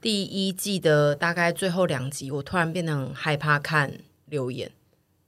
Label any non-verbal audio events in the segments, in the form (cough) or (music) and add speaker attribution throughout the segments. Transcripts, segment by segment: Speaker 1: 第一季的大概最后两集，我突然变得很害怕看留言。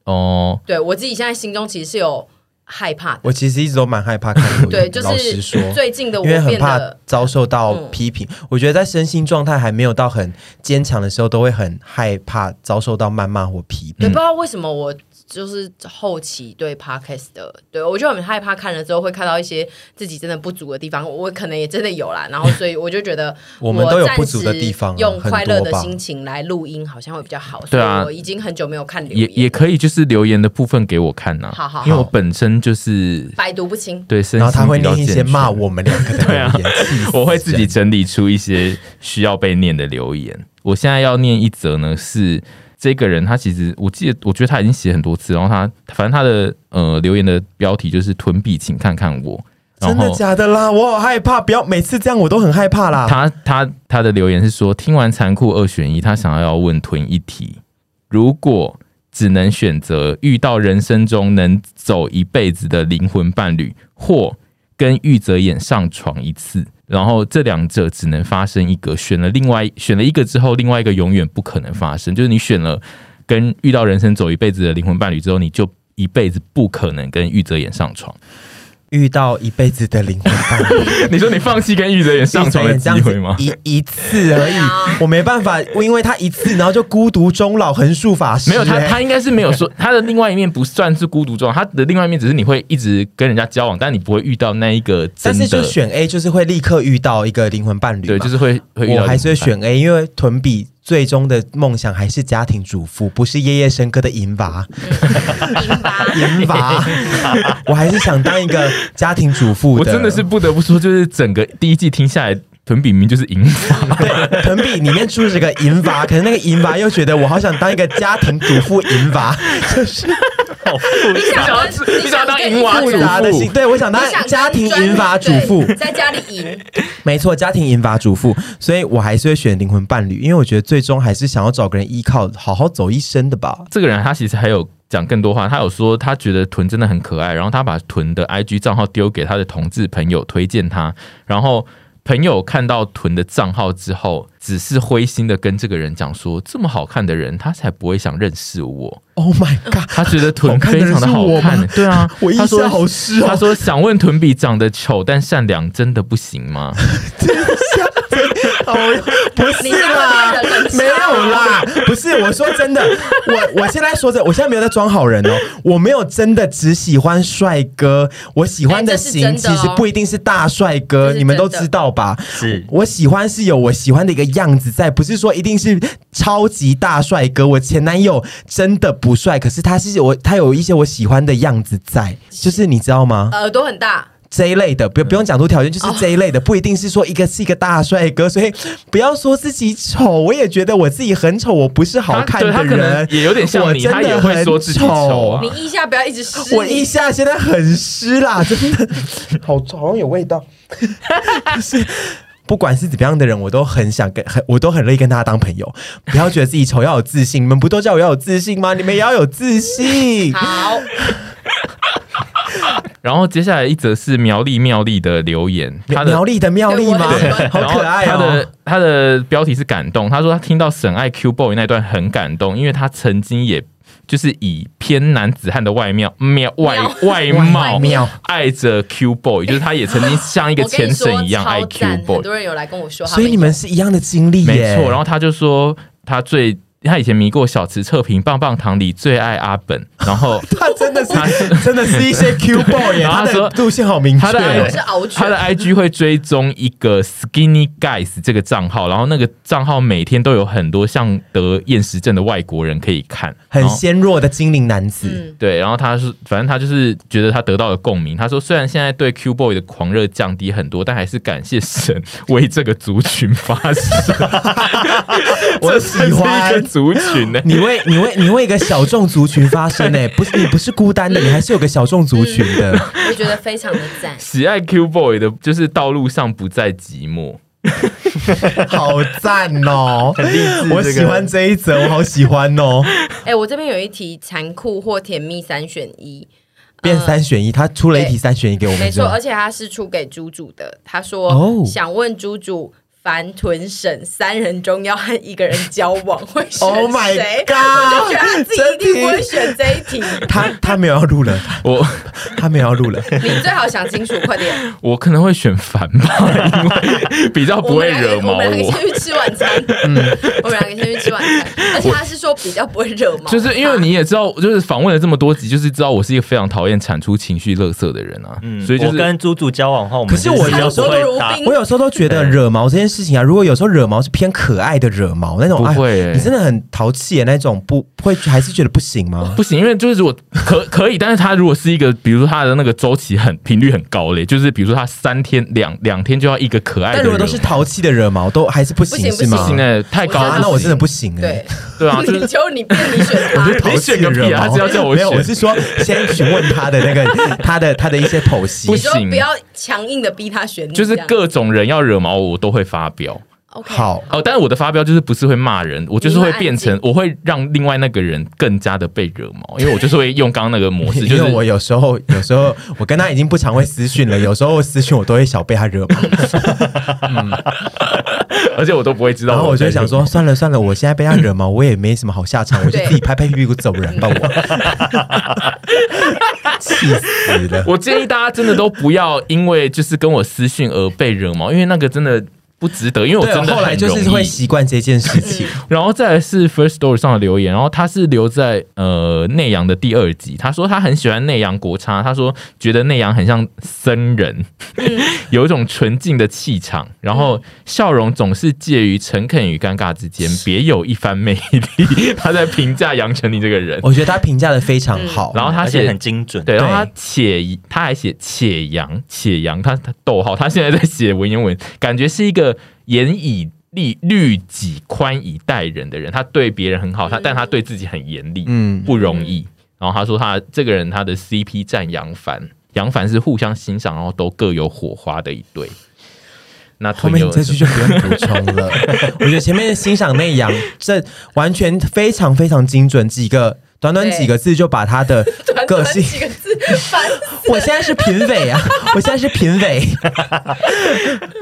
Speaker 2: 哦，
Speaker 1: 对我自己现在心中其实是有害怕的，
Speaker 3: 我其实一直都蛮害怕看留言，
Speaker 1: 对，就
Speaker 3: 老实
Speaker 1: 是
Speaker 3: 说，
Speaker 1: 最近的我
Speaker 3: 因为很
Speaker 1: 变
Speaker 3: 怕
Speaker 1: 得
Speaker 3: 遭受到
Speaker 1: 嗯
Speaker 3: 批评。我觉得在身心状态还没有到很坚强的时候，都会很害怕遭受到谩骂或批
Speaker 1: 对，
Speaker 3: 评。
Speaker 1: 不知道为什么我就是后期对 podcast 的，对我就很害怕看了之后会看到一些自己真的不足的地方，我我可能也真的有啦，然后所以我就觉得
Speaker 3: (laughs) 我们都有不足的地方啊
Speaker 1: 暂时用
Speaker 3: 很
Speaker 1: 快乐
Speaker 3: 多
Speaker 1: 的
Speaker 3: 吧
Speaker 1: 心情来录音好像会比较好，所
Speaker 2: 对
Speaker 1: 以
Speaker 2: 啊
Speaker 1: 我已经很久没有看留
Speaker 2: 也
Speaker 1: 言，
Speaker 2: 也可以就是留言的部分给我看呐、啊
Speaker 1: 好好好
Speaker 2: 因为我本身就是
Speaker 1: 百毒不
Speaker 3: (laughs)
Speaker 1: 侵。
Speaker 2: 对身
Speaker 3: 然
Speaker 2: 心
Speaker 3: 后他会
Speaker 2: 比较
Speaker 3: 念一些
Speaker 2: 健全
Speaker 3: 骂我们两个的
Speaker 2: 对啊
Speaker 3: 留言，气死
Speaker 2: 我会自己
Speaker 3: 人
Speaker 2: 整理出一些需要被念的留言。我现在要念一则呢，是这个人他其实我记得，我觉得他已经写很多次，然后他反正他的呃留言的标题就是“吞币，请看看我”，然
Speaker 3: 真的
Speaker 2: 后。
Speaker 3: 假的啦？我好害怕，不要每次这样，我都很害怕啦。
Speaker 2: 他他他的留言是说，听完残酷二选一，他想要问屯一题：如果只能选择遇到人生中能走一辈子的灵魂伴侣，或跟玉泽演上床一次，然后这两者只能发生一个，选了另外选了一个之后，另外一个永远不可能发生。就是你选了跟遇到人生走一辈子的灵魂伴侣之后，你就一辈子不可能跟玉泽演上床。
Speaker 3: 遇到一辈子的灵魂伴侣，
Speaker 2: (laughs) 你说你放弃跟玉泽演 (laughs) 上床的机
Speaker 3: 这样
Speaker 2: 会
Speaker 3: 子
Speaker 2: 吗？
Speaker 3: 一一次而已
Speaker 1: 对啊，
Speaker 3: 我没办法，因为他一次，然后就孤独终老，横竖法师、
Speaker 2: 没有他，
Speaker 3: 欸
Speaker 2: 他应该是没有说他的另外一面不算是孤独状态，他的另外一面只是你会一直跟人家交往，但你不会遇到那一个真
Speaker 3: 但是
Speaker 2: 的
Speaker 3: 就，选 A 就是会立刻遇到一个灵魂伴侣嘛，
Speaker 2: 对，就是会会遇到。
Speaker 3: 我还是会。选 A，因为屯比最终的梦想还是家庭主妇，不是夜夜笙歌的银娃。
Speaker 1: 明白。
Speaker 3: 银娃， (laughs) 我还是想当一个家庭主妇
Speaker 2: 我真的是不得不说，就是整个第一季听下来，屯比明就是赢。
Speaker 3: (laughs) 对屯比里面住着个银娃，可是那个银娃又觉得我好想当一个家庭主妇银娃，就是
Speaker 2: 你
Speaker 1: 想
Speaker 2: (laughs) 要
Speaker 1: 跟你
Speaker 2: 你想要
Speaker 1: 想
Speaker 2: 当
Speaker 1: 跟
Speaker 2: 银娃
Speaker 1: 一
Speaker 2: 主
Speaker 3: 复
Speaker 1: 起
Speaker 3: 杂的心。
Speaker 2: 妇，
Speaker 3: 对，我想当
Speaker 1: 你想
Speaker 3: 家庭银娃主妇
Speaker 1: 对，在家里赢，
Speaker 3: 没错，家庭银发主妇，所以我还是会选灵魂伴侣，因为我觉得最终还是想要找个人依靠，好好走一生的吧。
Speaker 2: 这个人他其实还有讲更多话，他有说他觉得屯真的很可爱，然后他把屯的 IG 账号丢给他的同志朋友推荐他，然后朋友看到屯的账号之后，只是灰心的跟这个人讲说，这么好看的人，他才不会想认识我。
Speaker 3: Oh my god！
Speaker 2: 他觉得屯
Speaker 3: 好看的
Speaker 2: 非
Speaker 3: 人
Speaker 2: 常的好
Speaker 3: 是我
Speaker 2: 看，
Speaker 3: 吗，
Speaker 2: 对啊
Speaker 3: 我一
Speaker 2: 他说
Speaker 3: 下好湿哦
Speaker 2: 他说想问屯比长得丑但善良真的不行吗？
Speaker 3: 哦， (laughs) 不是
Speaker 1: 你这
Speaker 3: 啦
Speaker 1: 样会变得冷笑
Speaker 3: 没有啦，
Speaker 1: 哦
Speaker 3: 不是。我说真的，我我现在说着，我现在没有在装好人哦，我没有真的只喜欢帅哥，我喜欢
Speaker 1: 哎这是
Speaker 3: 型
Speaker 1: 真的
Speaker 3: 其
Speaker 1: 哦
Speaker 3: 实不一定是大帅
Speaker 1: 这
Speaker 3: 哥，
Speaker 1: 是
Speaker 3: 你们都
Speaker 1: 真的
Speaker 3: 知道吧？
Speaker 2: 是
Speaker 3: 我喜欢是有我喜欢的一个样子在，不是说一定是超级大帅哥。我前男友真的不帅，可是他是我，他有一些我喜欢的样子在，就是你知道吗？
Speaker 1: 耳朵很大，
Speaker 3: 这一类的，不不用讲出条件，就是
Speaker 2: 哦
Speaker 3: 这一类的，不一定是说一个是一个大帅哥，所以不要说自己丑，我也觉得我自己很丑，我不是好
Speaker 2: 他
Speaker 3: 看的
Speaker 2: 对他可能
Speaker 3: 人，
Speaker 2: 也有点像
Speaker 3: 我
Speaker 2: 你，
Speaker 3: 真的
Speaker 2: 他也会说自己
Speaker 3: 很
Speaker 2: 丑啊
Speaker 1: 你。腋下不要一直湿，
Speaker 3: 我一下现在很湿
Speaker 2: (laughs)
Speaker 3: 啦，真的，好好像有味道。就是不管是怎么样的人，我都很想跟，很我都很乐意跟他当朋友。不要觉得自己丑，要有自信。你们不都叫我要有自信吗？你们也要有自信。
Speaker 1: 好，
Speaker 2: 然后接下来一则是苗栗妙丽的留言， (laughs) 他的
Speaker 3: 苗栗的妙丽吗
Speaker 1: 对我很？
Speaker 3: (laughs) 好
Speaker 2: 然后
Speaker 3: 可爱
Speaker 2: 他
Speaker 3: 哦
Speaker 2: 的！他的标题是感动，他说他听到沈爱 Q boy 那段很感动，因为他曾经也就是以偏男子汉的外貌、面
Speaker 1: (laughs)
Speaker 2: 外外貌
Speaker 3: 妙
Speaker 2: 爱着 Q boy，就是他也曾经像一个
Speaker 1: 我跟
Speaker 2: 前
Speaker 1: 你说
Speaker 2: 神一样爱
Speaker 1: 超
Speaker 2: Q
Speaker 1: 赞，很
Speaker 2: boy，
Speaker 1: 多人有来跟我说，
Speaker 3: 所以你们是一样的经历
Speaker 2: 没
Speaker 3: 耶，
Speaker 2: 错。然后他就说他最他以前迷过小池测评棒棒糖里最爱阿本，然后
Speaker 3: 他真的是真的是
Speaker 2: (laughs)
Speaker 3: 一些 Q boy 耶，
Speaker 2: 然后
Speaker 3: 他
Speaker 2: 他说
Speaker 3: 的路线好 (laughs) 明确
Speaker 2: 他的
Speaker 3: 哦。
Speaker 1: 是獒犬
Speaker 2: 他的 IG 会追踪一个 Skinny Guys 这个账号，然后那个账号每天都有很多像得厌食症的外国人可以看，
Speaker 3: 很
Speaker 2: 然后
Speaker 3: 纤弱的精灵男子，
Speaker 1: 嗯，
Speaker 2: 对，然后他是，反正他就是觉得他得到了共鸣。他说，虽然现在对 Q Boy 的狂热降低很多，但还是感谢神为这个族群发
Speaker 3: (laughs)
Speaker 2: 声。
Speaker 3: 我
Speaker 2: 这是
Speaker 3: 喜
Speaker 2: 一个
Speaker 3: 欢。
Speaker 2: 族群呢、。
Speaker 3: 你为你为你为一个小众族群发声呢、不是你不是孤单的，你还是有个小众族群的。
Speaker 1: 我觉得非常的赞
Speaker 3: (laughs)
Speaker 2: 喜爱 Q Boy 的，就是道路上不再寂寞。
Speaker 3: 好赞哦！
Speaker 4: 志
Speaker 3: 我喜欢这一则，我好喜欢哦。
Speaker 1: 哎、我这边有一题残酷或甜蜜三选一，
Speaker 3: 变三选一，他出了一题三选一给我
Speaker 1: 没
Speaker 3: 们之
Speaker 1: 错，
Speaker 3: 后
Speaker 1: 而，且他是出给猪猪的。他说、
Speaker 3: 哦
Speaker 1: 想问猪猪，凡屯省三人中要和一个人交往， (laughs) 会选谁
Speaker 3: Oh my
Speaker 1: 我就觉得他自己一定不会
Speaker 3: God，
Speaker 1: 选这一题。
Speaker 3: 他他没有要录了，他
Speaker 2: 我
Speaker 3: 他没有要
Speaker 1: (laughs)
Speaker 3: 录了。
Speaker 1: 你最好想清楚，快点！
Speaker 2: 我可能会选凡吧，因为比较 (laughs) 不会惹毛
Speaker 1: 我们两个
Speaker 2: 我。
Speaker 1: 先去吃晚餐。我们两个先去吃晚餐，而且他是说比较不会惹毛，
Speaker 2: 就是因为你也知道，就是访问了这么多集，就是知道我是一个非常讨厌产出情绪垃圾的人啊，
Speaker 4: 嗯，
Speaker 2: 所以就
Speaker 4: 我
Speaker 2: 是
Speaker 4: 跟猪猪交往后，我们
Speaker 3: 可是我
Speaker 4: 就
Speaker 1: 有时候
Speaker 4: 不
Speaker 1: 都如
Speaker 4: 会打
Speaker 1: 冰
Speaker 3: 我有时候都觉得惹毛这件事情啊，如果有时候惹毛是偏可爱的惹毛那种，
Speaker 2: 不会
Speaker 3: 哎
Speaker 2: 欸
Speaker 3: 你真的很淘气的那种，不会还是觉得不行吗？
Speaker 2: 不行，因为就是如果可可以，但是他如果是一个，比如说他的那个周期很频率很高嘞，就是比如说他三天两两天就要一个可爱的
Speaker 3: 但
Speaker 2: 人，
Speaker 3: 如果都是淘气的惹毛，都还是不
Speaker 1: 不行
Speaker 3: 行
Speaker 1: 不
Speaker 3: 是吗？
Speaker 2: 行哎，太高
Speaker 1: 我
Speaker 3: 啊
Speaker 1: 觉，
Speaker 2: 了，
Speaker 1: 得
Speaker 3: 那我
Speaker 1: 不
Speaker 3: 真的不行哎
Speaker 1: 对。
Speaker 2: 对啊，就
Speaker 1: (laughs)
Speaker 2: 是
Speaker 1: 你就你变你选他，
Speaker 3: 我觉得淘气的惹
Speaker 2: (laughs) 你选个屁啊
Speaker 3: 毛，
Speaker 2: 他是要叫我
Speaker 3: 没有，
Speaker 2: 选
Speaker 3: 我是说先询问他的
Speaker 2: (laughs)
Speaker 3: 那个他的他的一些剖析
Speaker 2: 不
Speaker 1: 你。说
Speaker 2: 行
Speaker 1: 不要强硬的逼他选你，
Speaker 2: 就是
Speaker 1: 这样
Speaker 2: 各种人要惹毛我，我都会发飙。
Speaker 1: OK
Speaker 3: 好，
Speaker 2: 哦，但是我的发飙就是不是会骂人，我就是会变成
Speaker 1: 你
Speaker 2: 我会让另外那个人更加的被惹
Speaker 3: (laughs)
Speaker 2: 毛，因为我就是会用刚刚那个模式，就
Speaker 3: 因
Speaker 2: 是
Speaker 3: 为我有时候有时候我跟他已经不常会私
Speaker 2: (laughs)
Speaker 3: 讯了，有时候私讯我都会小被他惹毛，
Speaker 2: 哦而且我都不会知道。
Speaker 3: 然后我就会想，说算了算了，我现在被他
Speaker 2: (laughs)
Speaker 3: 惹毛，我也没什么好下场，我就
Speaker 1: 对
Speaker 3: 自己拍拍屁股走人吧，我气死了。
Speaker 2: 我建议大家真的都不要因为就是跟我私讯而被惹毛，因为那个真的不值得。因为我
Speaker 3: 对，
Speaker 2: 真的
Speaker 3: 后来
Speaker 2: 很
Speaker 3: 就是
Speaker 2: 容
Speaker 3: 会
Speaker 2: 易。嗯
Speaker 3: 习惯这件事
Speaker 2: (laughs)
Speaker 3: 情。
Speaker 2: 然后再来是 First Story 上的留言，然后他是留在呃内阳的第二集，他说他很喜欢内阳国差，他说觉得内阳很像僧人， (laughs) 有一种纯净的气场，然后笑容总是介于诚恳与尴尬之
Speaker 4: (laughs)
Speaker 2: 间，别有一番魅力。他在评价杨丞琳这个人，
Speaker 3: 我觉得他评价的非常好，
Speaker 2: 嗯然后他
Speaker 4: 哦而且
Speaker 2: 写
Speaker 4: 很精准。
Speaker 2: 对，然后
Speaker 3: 对
Speaker 2: 他且他还写且扬且扬，他他逗号，他现在在写文言文，感觉是一个严以律律己、宽以待人的人。他对别人很好，他但他对自己很严厉，
Speaker 3: 嗯，
Speaker 2: 不容易。然后他说他这个人他的 CP 占杨凡，杨凡是互相欣赏，然后都各有火花的一对。那
Speaker 3: 后
Speaker 2: 屯
Speaker 3: 面
Speaker 2: 友
Speaker 3: 你这句就不用补充 (laughs) 了。我觉得前面的欣赏内阳，这完全非常非常精准，几个短短几个字就把他的
Speaker 1: (laughs) 短
Speaker 3: 个
Speaker 1: 短
Speaker 3: 性。
Speaker 1: 几个字，烦死
Speaker 3: 我现在是评委啊，我现在是评 (laughs) 委，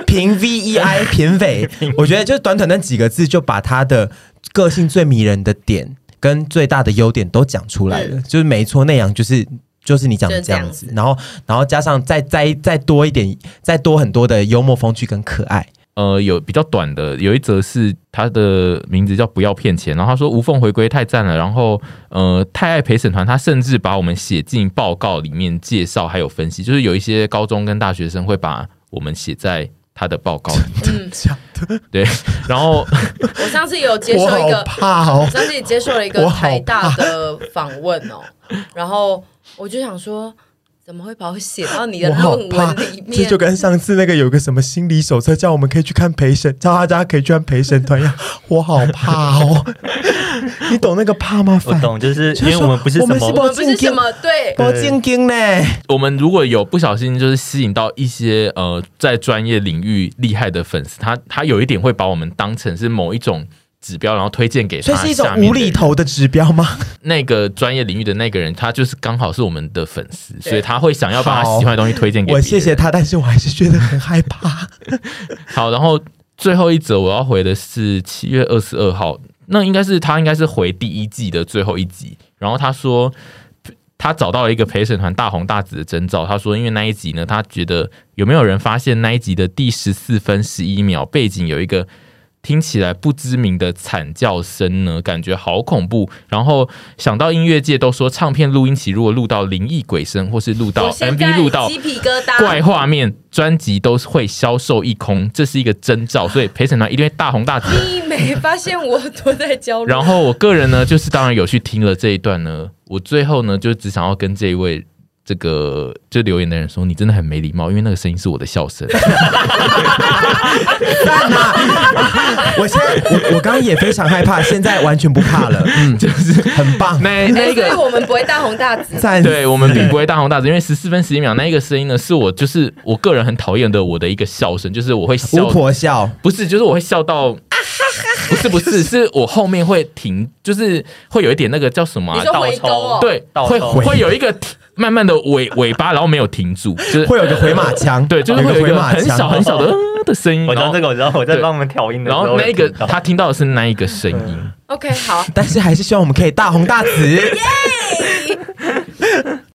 Speaker 3: 评 V E I 评 (laughs) 委。我觉得就短短那几个字就把他的个性最迷人的点跟最大的优点都讲出来了，就是没错，内阳就是。就是你讲的
Speaker 1: 嗯就是这
Speaker 3: 这
Speaker 1: 样
Speaker 3: 样子，然后，然后加上再再再多一点，再多很多的幽默风趣跟可爱，
Speaker 2: 呃，有比较短的，有一则是他的名字叫“不要骗钱”，然后他说无缝回归太赞了，然后呃，太爱陪审团，他甚至把我们写进报告里面介绍还有分析，就是有一些高中跟大学生会把我们写在他的报告里
Speaker 3: (laughs)
Speaker 2: 面，对，然后
Speaker 1: 我上次有接受
Speaker 3: 我
Speaker 1: 一
Speaker 3: 好
Speaker 1: 个，
Speaker 3: 怕哦
Speaker 1: 我。上次也接受了一个
Speaker 3: 我好
Speaker 1: 台大的访问哦，然后我就想说，怎么会把我写到你的
Speaker 3: 我好
Speaker 1: 论
Speaker 3: 怕
Speaker 1: 文里，
Speaker 3: 这
Speaker 1: 面？
Speaker 3: 就跟上次那个有个什么心理手册，叫我们可以去看陪审，叫大家可以去看陪审团
Speaker 1: (laughs)
Speaker 3: 一样，我好怕哦。你懂那个怕吗？
Speaker 4: 我
Speaker 3: 反
Speaker 4: 懂，就是因
Speaker 3: 就是
Speaker 4: 为
Speaker 3: 说
Speaker 4: 我们不是
Speaker 3: 我
Speaker 4: 什
Speaker 3: 们是
Speaker 1: 我
Speaker 4: 么
Speaker 1: 们不是什么对，
Speaker 3: 包晶晶呢？
Speaker 2: 我们如果有不小心就是吸引到一些呃在专业领域厉害的粉丝，他他有一点会把我们当成是某一种指标，然后推荐给
Speaker 3: 所
Speaker 2: 他
Speaker 3: 以是一种
Speaker 2: 下面
Speaker 3: 无
Speaker 2: 的
Speaker 3: 厘
Speaker 2: 人
Speaker 3: 头的指标吗？
Speaker 2: 那个专业领域的那个人，他就是刚好是我们的粉丝，
Speaker 1: 对
Speaker 2: 所以他会想要把他喜欢的东西推荐给别
Speaker 3: 我
Speaker 2: 人。
Speaker 3: 谢谢。他，但是我还是觉得很
Speaker 2: (laughs)
Speaker 3: 害怕。
Speaker 2: 好，然后最后一则我要回的是七月二十二号，那应该是他应该是回第一季的最后一集。然后他说他找到了一个陪审团大红大紫的征兆。他说，因为那一集呢，他觉得有没有人发现那一集的第十四分十一秒背景有一个听起来不知名的惨叫声呢，感觉好恐怖。然后想到音乐界都说，唱片录音期如果录到灵异鬼声，或是录到
Speaker 1: 我现在
Speaker 2: MV 录到
Speaker 1: 鸡皮疙瘩，
Speaker 2: 怪画面，专辑都会销售一空，这是一个征兆，所以陪审团一定会大红大紫。 (laughs)
Speaker 1: 你没发现我多在焦虑？
Speaker 2: 然后我个人呢，就是当然有去听了这一段呢，我最后呢就只想要跟这一位这个就留言的人说，你真的很没礼貌，因为那个声音是我的笑声。
Speaker 3: 我现在我我刚刚也非常害怕，现在完全不
Speaker 2: (laughs)
Speaker 3: 怕了。嗯，就是很
Speaker 2: (laughs)
Speaker 3: 棒，
Speaker 2: 那
Speaker 1: 哎
Speaker 2: 那一
Speaker 1: 所以
Speaker 2: 个。
Speaker 1: 我们不会大红大紫，
Speaker 2: (laughs)
Speaker 3: 赞。
Speaker 2: 对我们并不会大红大紫，因为十四分十一秒那一个声音呢，是我就是我个人很讨厌的我的一个笑声，就是我会笑
Speaker 3: 巫
Speaker 2: (laughs)
Speaker 3: 婆笑，
Speaker 2: 不是，就是我会笑 (laughs) 到，不是不是，是我后面会停，就是会有一点那个叫什么、啊
Speaker 1: 你说
Speaker 4: 倒
Speaker 1: 回
Speaker 4: 抽
Speaker 1: 勾哦，
Speaker 2: 对，
Speaker 4: 倒
Speaker 2: 会
Speaker 4: 抽
Speaker 2: 会有一个慢慢的尾 (laughs) 尾巴，然后没有停住，就是
Speaker 3: 会有一个回马枪，
Speaker 2: 对，就是
Speaker 3: 有
Speaker 2: 会有一
Speaker 3: 回
Speaker 2: 个
Speaker 3: 马
Speaker 2: 很
Speaker 3: 枪，
Speaker 2: 小很小的、呃、的声音。
Speaker 4: 我知
Speaker 2: 然
Speaker 4: 道
Speaker 2: 后
Speaker 4: 这个，我知道我在帮我们调音的
Speaker 2: 然
Speaker 4: 时候，
Speaker 2: 后那个
Speaker 4: 我有听到
Speaker 2: 他听到的是那一个声音，
Speaker 1: OK，好，
Speaker 3: 但是还是希望我们可以大红大紫。